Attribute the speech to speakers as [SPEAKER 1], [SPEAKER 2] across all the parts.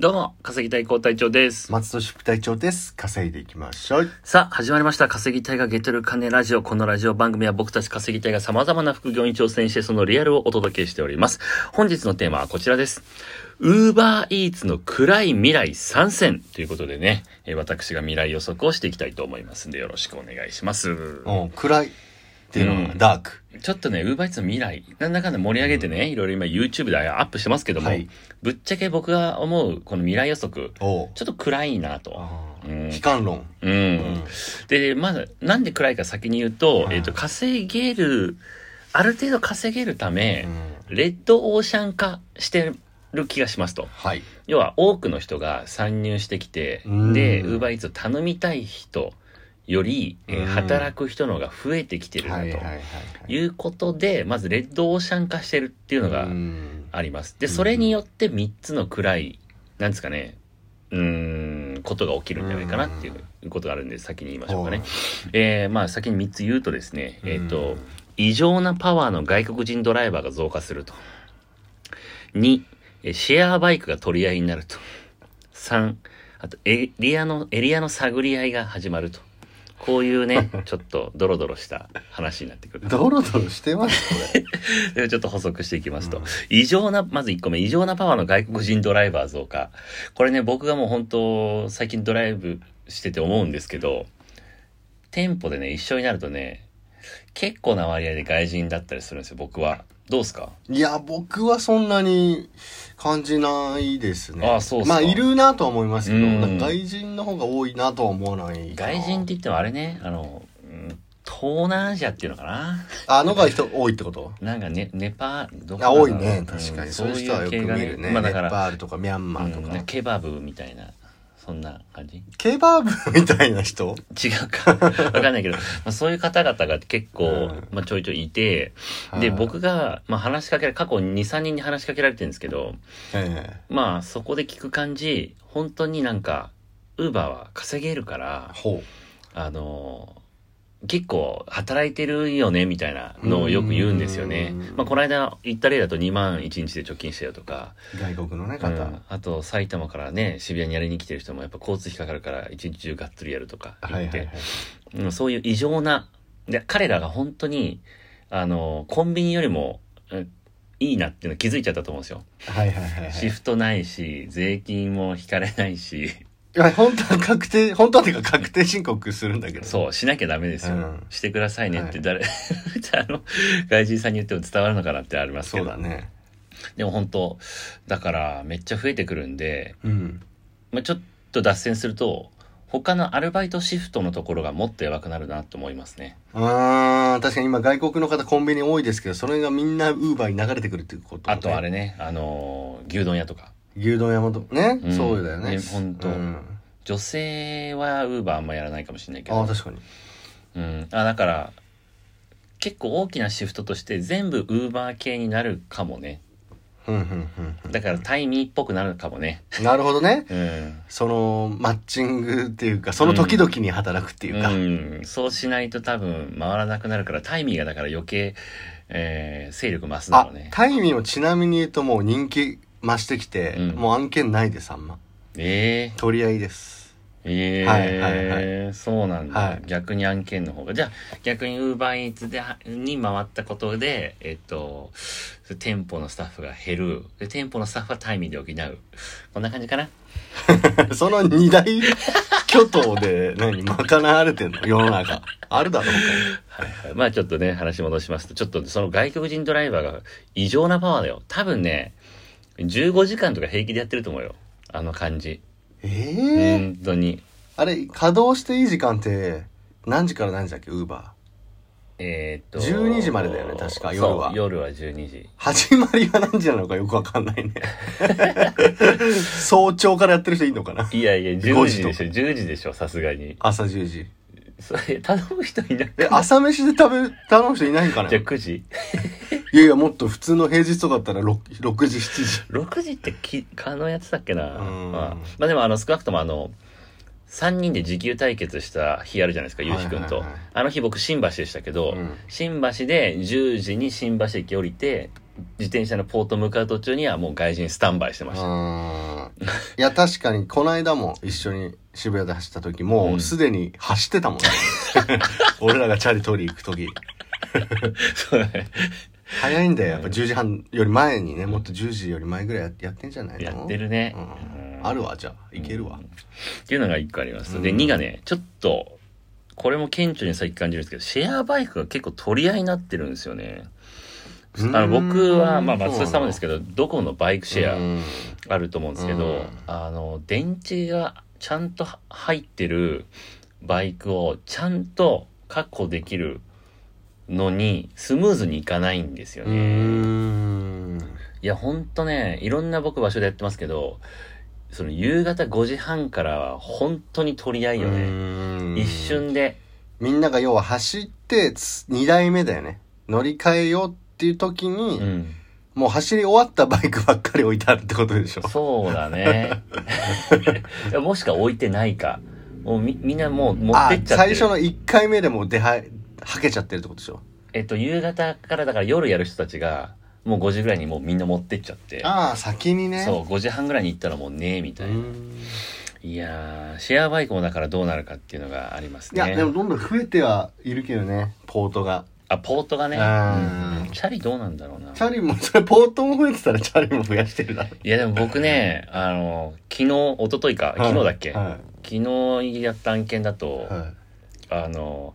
[SPEAKER 1] どうも、稼ぎたい高隊長です。
[SPEAKER 2] 松戸支部隊長です。稼いでいきましょう。
[SPEAKER 1] さあ、始まりました。稼ぎたいがゲットる金ラジオ。このラジオ番組は僕たち稼ぎたいが様々な副業に挑戦して、そのリアルをお届けしております。本日のテーマはこちらです。ウーバーイーツの暗い未来参戦ということでね、えー私が未来予測をしていきたいと思いますんで、よろしくお願いします。
[SPEAKER 2] うん、暗いっていうのが、
[SPEAKER 1] うん
[SPEAKER 2] ダーク。
[SPEAKER 1] ちょっとね、ウーバーイーツの未来、なんだかんだ盛り上げてね、いろいろ今 YouTube でアップしてますけども、
[SPEAKER 2] はい
[SPEAKER 1] ぶっちゃけ僕が思うこの未来予測、
[SPEAKER 2] おう
[SPEAKER 1] ちょっと暗いなと。
[SPEAKER 2] あ
[SPEAKER 1] う
[SPEAKER 2] ー
[SPEAKER 1] ん
[SPEAKER 2] 悲観論。
[SPEAKER 1] う
[SPEAKER 2] うん
[SPEAKER 1] ん。で、まず、なんで暗いか先に言うと、
[SPEAKER 2] は
[SPEAKER 1] え
[SPEAKER 2] い
[SPEAKER 1] っ、と、稼げる、ある程度稼げるため
[SPEAKER 2] う、ん
[SPEAKER 1] レッドオーシャン化してる気がしますと。
[SPEAKER 2] はい。
[SPEAKER 1] 要は、多くの人が参入してきて、
[SPEAKER 2] うん
[SPEAKER 1] で、ウーバーイーツを頼みたい人より、えー
[SPEAKER 2] うん
[SPEAKER 1] 働く人の方が増えてきてるな
[SPEAKER 2] はいはい
[SPEAKER 1] と
[SPEAKER 2] はいはい。
[SPEAKER 1] いうことで、まず、レッドオーシャン化してるっていうのが
[SPEAKER 2] うん
[SPEAKER 1] あります。で、それによって3つの暗い、なんですかね、うーん、ことが起きるんじゃないかなっていうことがあるんで、先に言いましょうかね。えー、まあ先に3つ言うとですね、えっ、と、異常なパワーの外国人ドライバーが増加すると。2、えーシェアバイクが取り合いになると。3、あとエリアの、エリアの探り合いが始まると。こういうね、ちょっとドロドロした話になってくる
[SPEAKER 2] うん。ドロドロして ます、これ。
[SPEAKER 1] でちょっと補足していきますと、
[SPEAKER 2] うん
[SPEAKER 1] 異常な、まず1個目、異常なパワーの外国人ドライバー増加。これね、僕がもう本当、最近ドライブしてて思うんですけど、店舗でね、一緒になるとね、結構な割合で外人だったりするんですよ、僕は。どうですか
[SPEAKER 2] いや、僕はそんなに感じないですね。
[SPEAKER 1] あそうっすか
[SPEAKER 2] まあ、いるなとは思いますけど、
[SPEAKER 1] うん
[SPEAKER 2] なんか外人の方が多いなとは思わないかな。
[SPEAKER 1] 外人って言ってもあれね、あの、うん東南アジアっていうのかな
[SPEAKER 2] あのが人多いってこと
[SPEAKER 1] なんかね、ネパール、どこだ
[SPEAKER 2] あ、
[SPEAKER 1] ろう
[SPEAKER 2] 多いね。確か
[SPEAKER 1] ん
[SPEAKER 2] に。そういう人はよく見るね。
[SPEAKER 1] まあだ
[SPEAKER 2] ネ
[SPEAKER 1] か
[SPEAKER 2] パ
[SPEAKER 1] ら、
[SPEAKER 2] ールとかミャンマーと
[SPEAKER 1] うんね
[SPEAKER 2] か。
[SPEAKER 1] ケバブみたいな、そんな感じ
[SPEAKER 2] ケバブみたいな人
[SPEAKER 1] 違うか わかんないけど、まあ、そういう方々が結構、
[SPEAKER 2] うん
[SPEAKER 1] まあ、ちょいちょいいてで、僕が、まあ、話しかけら過去23人に話しかけられてるんですけど
[SPEAKER 2] え
[SPEAKER 1] まあそこで聞く感じ本当になんかウーバーは稼げるから
[SPEAKER 2] えほ
[SPEAKER 1] あの結構働いてるよねみたいなのをよく言うんですよね
[SPEAKER 2] う。ん
[SPEAKER 1] まあこの間言った例だと2万1日で貯金してよとか、
[SPEAKER 2] う外国のね
[SPEAKER 1] う
[SPEAKER 2] 方、
[SPEAKER 1] んあと埼玉からね渋谷にやりに来てる人もやっぱ交通費かかるから1日中がっつりやるとか言って、
[SPEAKER 2] はいはいはい
[SPEAKER 1] うんそういう異常な、で彼らが本当に、あの、コンビニよりも、うんいいなっていうの気づいちゃったと思うんですよ。
[SPEAKER 2] はいはい はい
[SPEAKER 1] シフトないし、税金も引かれないし、
[SPEAKER 2] はい本当は確定 本当はっていうか確定申告するんだけど
[SPEAKER 1] そう、しなきゃダメですよ。
[SPEAKER 2] うん
[SPEAKER 1] してくださいねって誰、 あの、外人さんに言っても伝わるのかなってありますけ
[SPEAKER 2] そう
[SPEAKER 1] ど。
[SPEAKER 2] だね
[SPEAKER 1] でも本当、だからめっちゃ増えてくるんで、
[SPEAKER 2] うん
[SPEAKER 1] まあ、ちょっと脱線すると、他のアルバイトシフトのところがもっと弱くなるなと思いますね。
[SPEAKER 2] あー確かに今外国の方コンビニ多いですけどそれがみんなウーバーに流れてくるっていうこと、ね、
[SPEAKER 1] あとあれね、あの、牛丼屋とか。
[SPEAKER 2] 牛丼山とね、
[SPEAKER 1] うん
[SPEAKER 2] そうだよね
[SPEAKER 1] ねほんと
[SPEAKER 2] うん
[SPEAKER 1] 女性はウーバーあんまやらないかもしれないけ
[SPEAKER 2] あ
[SPEAKER 1] ど
[SPEAKER 2] あ確かに
[SPEAKER 1] うん、あだから結構大きなシフトとして全部ウーバー系になるかもね
[SPEAKER 2] うんうんうん
[SPEAKER 1] だからタイミーっぽくなるかもね
[SPEAKER 2] うんなるほどね
[SPEAKER 1] うん、
[SPEAKER 2] そのマッチングっていうかその時々に働くっていうか、
[SPEAKER 1] うん、そうしないと多分回らなくなるからタイミーがだから余計、えー、勢力増すだ
[SPEAKER 2] あ
[SPEAKER 1] ろうね
[SPEAKER 2] タイミーもちなみに言うともう人気増してきて、
[SPEAKER 1] うん
[SPEAKER 2] もう案件ないですあんま
[SPEAKER 1] えー、
[SPEAKER 2] 取り合いです
[SPEAKER 1] えー
[SPEAKER 2] はいはい
[SPEAKER 1] そうなんだ、
[SPEAKER 2] はい
[SPEAKER 1] 逆に案件の方がじゃあ逆にウーバーイーツでに回ったことでえっと店舗のスタッフが減るで店舗のスタッフはタイミーで補うこんな感じかな
[SPEAKER 2] その二大巨頭で何賄われてんの世の中あるだろう
[SPEAKER 1] まあちょっとね、話戻しますと、ちょっとその外国人ドライバーが異常なパワーだよ。多分ね、15時間とか平気でやってると思うよ。あの感じ。
[SPEAKER 2] ええー
[SPEAKER 1] 本当に。
[SPEAKER 2] あれ稼働していい時間って何時から何時だっけウーバ
[SPEAKER 1] えーっと。
[SPEAKER 2] 12時までだよね確
[SPEAKER 1] そ
[SPEAKER 2] か
[SPEAKER 1] う
[SPEAKER 2] 夜は
[SPEAKER 1] 夜は12時。
[SPEAKER 2] ー始まりは何時なのかよくわかん ないね早朝からやってる人いいのかない
[SPEAKER 1] やいや、10
[SPEAKER 2] 5
[SPEAKER 1] 時
[SPEAKER 2] 時と
[SPEAKER 1] でしょ、10時でしょ、さすがに。
[SPEAKER 2] 朝10時
[SPEAKER 1] それ、頼む人いなく
[SPEAKER 2] え朝飯で食べ頼む人いないんかな
[SPEAKER 1] じゃあ
[SPEAKER 2] い
[SPEAKER 1] 9時
[SPEAKER 2] やいやもっと普通の平日とかだったら 6, 6時7時
[SPEAKER 1] ?6 時ってき、可能やってたっけな。
[SPEAKER 2] うん
[SPEAKER 1] まあ、まあでもあの、少なくともあの、 3人で時給対決した日あるじゃないですか、ゆうひくんと
[SPEAKER 2] はいはいはい。
[SPEAKER 1] あの日僕、新橋でしたけど、
[SPEAKER 2] うん
[SPEAKER 1] 新橋で10時に新橋駅降りて、自転車のポート向かう途中にはもう外人スタンバイしてました。
[SPEAKER 2] あーいや確かにこの間も一緒に渋谷で走った時もうすでに走っ てたもんね、俺らがチャリ取り行く時
[SPEAKER 1] そうね。
[SPEAKER 2] 早いんだよやっぱ10時半より前にねもっと10時より前ぐらいややってんじゃないの
[SPEAKER 1] やってるね
[SPEAKER 2] うん
[SPEAKER 1] うん
[SPEAKER 2] あるわじゃあいけるわ、
[SPEAKER 1] っていうのが1個あります。で、
[SPEAKER 2] うん
[SPEAKER 1] 2がね、ちょっと、これも顕著に最近感じるんですけど、シェアバイクが結構取り合いになってるんですよね。あの僕は、まあ、松田さんもです
[SPEAKER 2] け
[SPEAKER 1] けど、ドコモのバイクシェ
[SPEAKER 2] ェ
[SPEAKER 1] アあると思うんですけど、
[SPEAKER 2] うん
[SPEAKER 1] あの、電池がちゃんと入ってるバイクをちゃんと確保できるのに、スムーズにいかないんですよ
[SPEAKER 2] うー
[SPEAKER 1] ね。
[SPEAKER 2] ん
[SPEAKER 1] いや、ほんとね、いろんな僕場所でやってますけど、その夕方5時半からは本当に取り合いよ
[SPEAKER 2] う
[SPEAKER 1] ね。
[SPEAKER 2] ーん
[SPEAKER 1] 一瞬で。
[SPEAKER 2] みんなが要は走って2台目だよね乗り換えようっていう時に、
[SPEAKER 1] うん。
[SPEAKER 2] もう走り終わったバイクばっかり置いてあるってことでしょ
[SPEAKER 1] そうだ ね。いやもしか置いてないか。もうみみんなもう持ってっちゃってる。
[SPEAKER 2] あ最初の1回目でもう出ははけちゃってるってことでしょ
[SPEAKER 1] えっと、夕方からだから夜やる人たちが、もう5時ぐらいにもうみんな持ってっちゃって。
[SPEAKER 2] ああ先にね
[SPEAKER 1] そう、5時半ぐらいに行ったらもうねえ、みたいな。
[SPEAKER 2] ん
[SPEAKER 1] いやー、シェアバイクもだからどうなるかっていうのがあります
[SPEAKER 2] い
[SPEAKER 1] ね。
[SPEAKER 2] や、でもどんどん増えてはいるけどねポートが
[SPEAKER 1] あ、ポートがね。
[SPEAKER 2] うん
[SPEAKER 1] うんチャリどうなんだろうな。
[SPEAKER 2] チャリもそれポートも増えてたらチャリも増やしてるだろ
[SPEAKER 1] いやでも僕ね、あの、昨日、一昨日か、
[SPEAKER 2] はい
[SPEAKER 1] 昨日だっけ、
[SPEAKER 2] は
[SPEAKER 1] 昨日やった案件だと、
[SPEAKER 2] い、は
[SPEAKER 1] あの、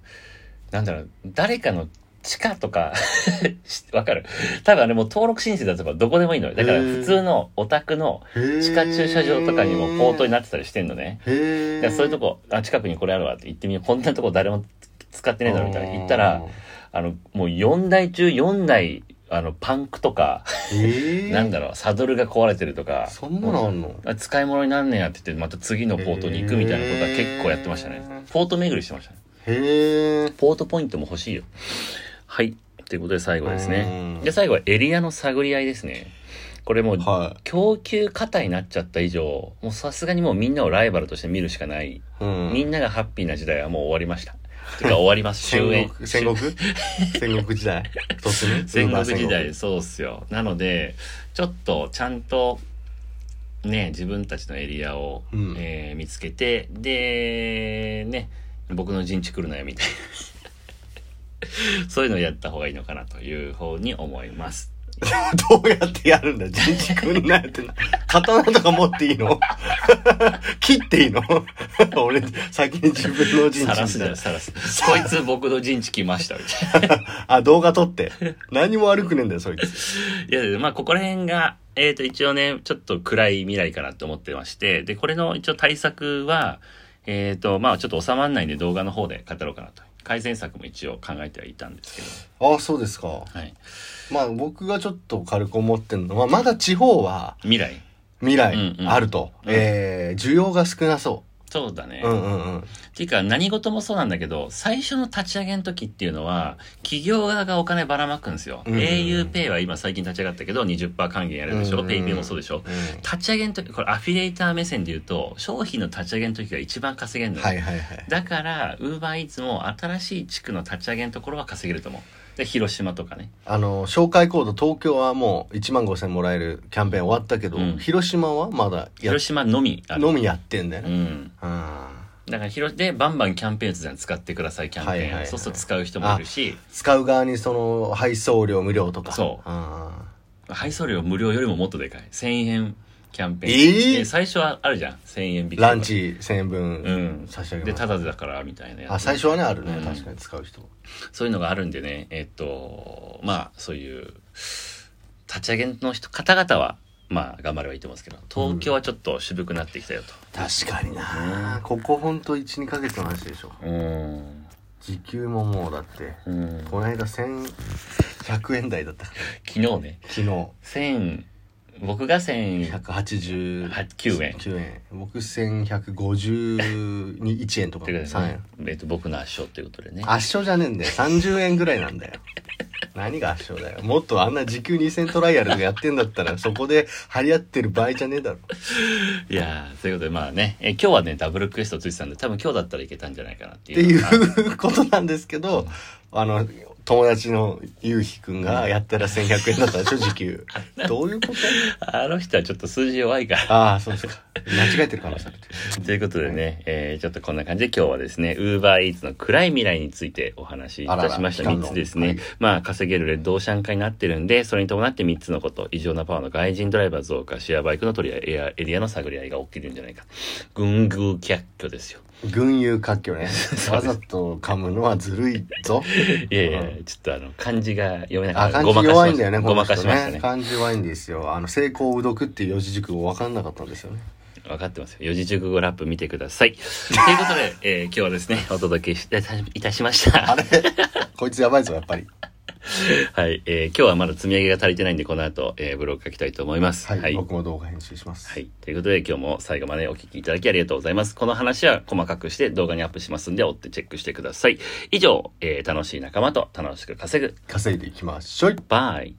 [SPEAKER 1] なんだろう、誰かの地下とか、 しわかる多分あれもう登録申請だとばどこでもいいのよ。だから
[SPEAKER 2] へー
[SPEAKER 1] 普通のお宅の
[SPEAKER 2] いへー
[SPEAKER 1] 地下駐車場とかにもポートになってたりしてんのね。だ
[SPEAKER 2] へえ
[SPEAKER 1] からそういうとこ、あ、近くにこれあるわって行ってみよう。こんなとこ誰も使ってねえだろみたいな。行ったら、あの、もう4台中4台、あの、パンクとか、
[SPEAKER 2] え
[SPEAKER 1] なんだろう、サドルが壊れてるとか。
[SPEAKER 2] そんなのあんの
[SPEAKER 1] あ使い物になんねやって言ってまた次のポートに行くみたいなことは結構やってましたね
[SPEAKER 2] へー
[SPEAKER 1] ポート巡りしてましたね
[SPEAKER 2] へえ
[SPEAKER 1] ポートポイントも欲しいよはいということで最後ですね
[SPEAKER 2] うん
[SPEAKER 1] で最後はエリアの探り合いですねこれもう
[SPEAKER 2] は
[SPEAKER 1] 供給過になっちゃった以上もうさすがにもうみんなをライバルとして見るしかない、
[SPEAKER 2] い、うん
[SPEAKER 1] みんながハッピーな時代はもう終わりましたてか終わります終
[SPEAKER 2] 戦
[SPEAKER 1] 焉
[SPEAKER 2] 国戦国戦国時代突入
[SPEAKER 1] 戦国時代そうっすよなのでちょっとちゃんとね自分たちのエリアを、
[SPEAKER 2] うん
[SPEAKER 1] えー見つけてでね僕の陣地来るなよ みたいなそういうのをやった方がいいのかなという方に思います
[SPEAKER 2] どうやってやるんだ人事くんなんてな。刀とか持っていいの 切っていいの 俺、先に自分の人
[SPEAKER 1] さらす
[SPEAKER 2] 事
[SPEAKER 1] な
[SPEAKER 2] み
[SPEAKER 1] よ
[SPEAKER 2] た
[SPEAKER 1] さらすこいつ僕の陣地来ましたみたいない
[SPEAKER 2] な。あ、動画撮って。何も悪くねえんだよ、そいつ。
[SPEAKER 1] いやまあここら辺がえっ、と一応ねちょっと暗い未来かなと思ってましてでこれの一応対策はえっ、とまあちょっと収まらないんで動画の方で語ろうかなと改善策も一応考えてはいたんですけど
[SPEAKER 2] あ、そうですか。
[SPEAKER 1] はい
[SPEAKER 2] まあ僕がちょっと軽く思ってるのは、まだ地方は
[SPEAKER 1] 未来
[SPEAKER 2] 未来
[SPEAKER 1] うんうん
[SPEAKER 2] あると。
[SPEAKER 1] うん
[SPEAKER 2] えー、需要が少なそ
[SPEAKER 1] そうだね、
[SPEAKER 2] う。う
[SPEAKER 1] っ
[SPEAKER 2] んうんうん。
[SPEAKER 1] ていうか何事もそうなんだけど最初の立ち上げの時っていうのは企業側がお金ばらまくんですよ、
[SPEAKER 2] うん
[SPEAKER 1] auPay は今最近立ち上がったけど20%還元やるでしょ、
[SPEAKER 2] うん
[SPEAKER 1] PayPay もそうでしょ
[SPEAKER 2] う
[SPEAKER 1] 立ち上げの時これアフィリエイター目線で言うと商品の立ち上げの時が一番稼げるの
[SPEAKER 2] ん
[SPEAKER 1] よ
[SPEAKER 2] はいはいはい。
[SPEAKER 1] だから、ウーバーイーツも新しい地区の立ち上げのところは稼げると思う。で、広島とかね。
[SPEAKER 2] あの、紹介コード東京はもう1万5千もらえるキャンペーン終わったけど、
[SPEAKER 1] うん
[SPEAKER 2] 広島はまだやっ
[SPEAKER 1] 広島のみある。
[SPEAKER 2] のみやってんだよ
[SPEAKER 1] う
[SPEAKER 2] ね。
[SPEAKER 1] ん。
[SPEAKER 2] うん
[SPEAKER 1] だから広、で、バンバンキャンペーン打つじゃん使ってくださいキャンペーン。
[SPEAKER 2] はいはいはい
[SPEAKER 1] そうすると使う人もいるし、
[SPEAKER 2] 使う側にその配送料無料とか
[SPEAKER 1] そう
[SPEAKER 2] あ
[SPEAKER 1] 配送料無料よりももっとでかい。1000円キャンペーン。
[SPEAKER 2] えー
[SPEAKER 1] で最初はあるじゃん。1000円引き
[SPEAKER 2] ー
[SPEAKER 1] とか。
[SPEAKER 2] ランチ1000円
[SPEAKER 1] う
[SPEAKER 2] 分
[SPEAKER 1] ん。
[SPEAKER 2] 差し上げ
[SPEAKER 1] で、
[SPEAKER 2] ます、
[SPEAKER 1] タダでだから、みたいなやつ
[SPEAKER 2] あ最初はねあるね、
[SPEAKER 1] うん
[SPEAKER 2] 確かに使う人
[SPEAKER 1] そういうのがあるんでね、えっと、まあ、そういう、立ち上げの人、方々は、まあ、頑張ればいいと思うんですけど、東京はちょっと渋くなってきたよと。
[SPEAKER 2] 確かにな、ここほんと12ヶ月の話でしょ
[SPEAKER 1] うん。
[SPEAKER 2] 時給ももうだって
[SPEAKER 1] うん
[SPEAKER 2] この間1100円台だったから
[SPEAKER 1] 昨日ね
[SPEAKER 2] 昨日
[SPEAKER 1] 千僕が1089
[SPEAKER 2] 189
[SPEAKER 1] 円
[SPEAKER 2] 9円僕1150に1円とか
[SPEAKER 1] ってことです
[SPEAKER 2] 3
[SPEAKER 1] ね
[SPEAKER 2] 円、
[SPEAKER 1] えっと僕の圧勝ということでね
[SPEAKER 2] 圧勝じゃねえんだよ30円ぐらいなんだよ 何が圧勝だよ。もっとあんな時給2000トライアルとかやってんだったら、そこで張り合ってる場合じゃねえだろ。
[SPEAKER 1] いやー、そういうことで、まあね、え今日はね、ダブルクエストついてたんで、多分今日だったらいけたんじゃないかなって
[SPEAKER 2] って
[SPEAKER 1] い
[SPEAKER 2] いう
[SPEAKER 1] のが。
[SPEAKER 2] うことなんですけど、あの、友達のゆうひくんがやったら1100円だったでしょ、時給。どういうこと
[SPEAKER 1] あの人はちょっと数字弱いから。
[SPEAKER 2] ああ、そうですか。間違えてる可能性ある。
[SPEAKER 1] ということでね、えーちょっとこんな感じで今日はですね、Uber Eats の暗い未来についてお話しいたしました。
[SPEAKER 2] あら
[SPEAKER 1] 3
[SPEAKER 2] ら
[SPEAKER 1] つです
[SPEAKER 2] はい
[SPEAKER 1] ね。まあ、稼げるレッドオーシャン化になってるんで、それに伴って3つのこと、異常なパワーの外人ドライバー増加、シェアバイクの取り合い、エアエリアの探り合いが起きるんじゃないか。群雄脚挙ですよ。
[SPEAKER 2] 群雄割拠ね。わざと噛むのはずるいぞ。
[SPEAKER 1] いやいや
[SPEAKER 2] う、
[SPEAKER 1] ちょっとあの、漢字が読めなか
[SPEAKER 2] あ、
[SPEAKER 1] った。
[SPEAKER 2] 漢字弱いんだよね、
[SPEAKER 1] ごまか
[SPEAKER 2] こ
[SPEAKER 1] し
[SPEAKER 2] の
[SPEAKER 1] ま
[SPEAKER 2] 人
[SPEAKER 1] したね。
[SPEAKER 2] 漢字弱いんですよ。あの、成功うどくっていう四字熟語分かんなかったんです よね。
[SPEAKER 1] 分かってますよ。四字熟語ラップ見てください。ということで、えー今日はですね、お届けしていたしました。
[SPEAKER 2] あれこいつやばいぞ、やっぱり。
[SPEAKER 1] はい、えー今日はまだ積み上げが足りてないんで、この後、えーブログ書きたいと思います。
[SPEAKER 2] はい、
[SPEAKER 1] はい。
[SPEAKER 2] 僕も動画編集します。
[SPEAKER 1] はいということで、今日も最後までお聞きいただきありがとうございます。この話は細かくして動画にアップしますんで、追ってチェックしてください。以上、えー楽しい仲間と楽しく稼ぐ。
[SPEAKER 2] 稼いでいきましょい。
[SPEAKER 1] バイ。